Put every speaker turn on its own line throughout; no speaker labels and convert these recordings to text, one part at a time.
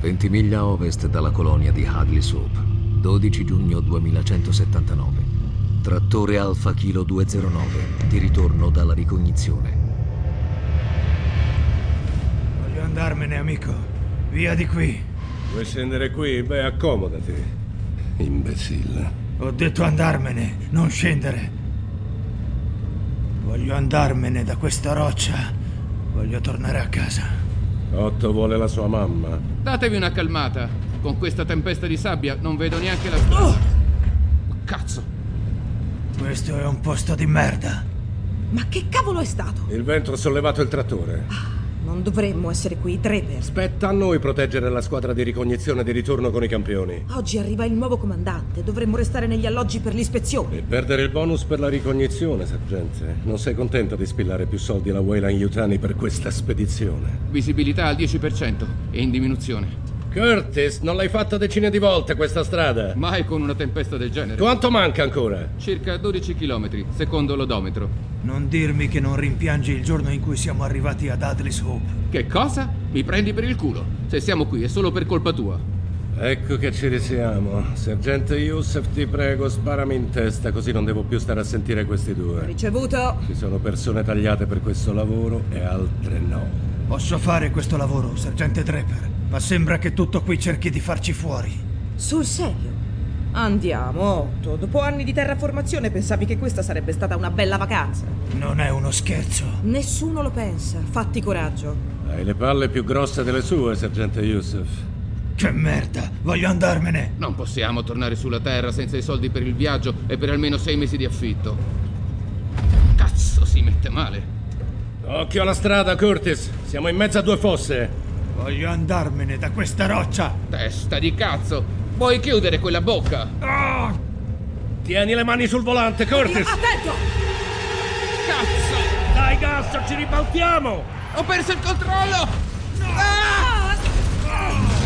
20 miglia a ovest dalla colonia di Hadley Soap, 12 giugno 2179. Trattore Alfa Kilo 209, di ritorno dalla ricognizione.
Voglio andarmene, amico. Via di qui.
Vuoi scendere qui? Beh, accomodati. Imbecille.
Ho detto andarmene, non scendere. Voglio andarmene da questa roccia. Voglio tornare a casa.
Otto vuole la sua mamma.
Datevi una calmata. Con questa tempesta di sabbia non vedo neanche la strada. Cazzo!
Questo è un posto di merda.
Ma che cavolo è stato?
Il vento ha sollevato il trattore.
Non dovremmo essere qui, Draper.
Spetta a noi proteggere la squadra di ricognizione di ritorno con i campioni.
Oggi arriva il nuovo comandante. Dovremmo restare negli alloggi per l'ispezione.
E perdere il bonus per la ricognizione, sergente. Non sei contento di spillare più soldi alla Weyland Yutani per questa spedizione?
Visibilità al 10% e in diminuzione.
Curtis, non l'hai fatta decine di volte questa strada.
Mai con una tempesta del genere.
Quanto manca ancora?
Circa 12 km, secondo l'odometro.
Non dirmi che non rimpiangi il giorno in cui siamo arrivati ad Adlis Hope.
Che cosa? Mi prendi per il culo. Se siamo qui è solo per colpa tua.
Ecco che ci risiamo. Sergente Youssef, ti prego, sparami in testa così non devo più stare a sentire questi due.
Ricevuto.
Ci sono persone tagliate per questo lavoro e altre no.
Posso fare questo lavoro, sergente Draper, ma sembra che tutto qui cerchi di farci fuori.
Sul serio. Andiamo, Otto. Dopo anni di terraformazione pensavi che questa sarebbe stata una bella vacanza.
Non è uno scherzo.
Nessuno lo pensa. Fatti coraggio.
Hai le palle più grosse delle sue, sergente Youssef.
Che merda, voglio andarmene.
Non possiamo tornare sulla Terra senza i soldi per il viaggio e per almeno sei mesi di affitto. Cazzo, si mette male.
Occhio alla strada, Curtis. Siamo in mezzo a due fosse.
Voglio andarmene da questa roccia.
Testa di cazzo! Vuoi chiudere quella bocca?
Tieni le mani sul volante, Curtis.
Attento!
Cazzo!
Dai, gas, ci ribaltiamo.
Ho perso il controllo!
Ah!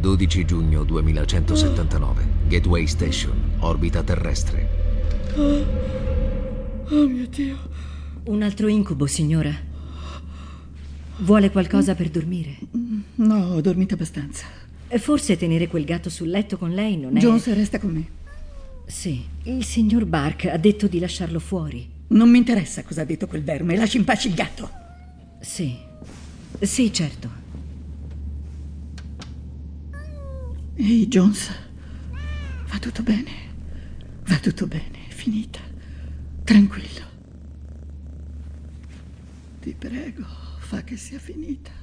Dodici 12 giugno 2179, Gateway Station, orbita terrestre.
Un altro incubo, signora. Vuole qualcosa per dormire?
No, ho dormito abbastanza.
E Forse tenere quel gatto sul letto con lei non è.
Jones resta con me.
Sì, il signor Bark ha detto di lasciarlo fuori.
Non mi interessa cosa ha detto quel verme, lasci in pace il gatto.
Sì. Sì, certo.
Ehi, Jones, va tutto bene. Va tutto bene, è finita. Tranquillo. Ti prego, fa che sia finita.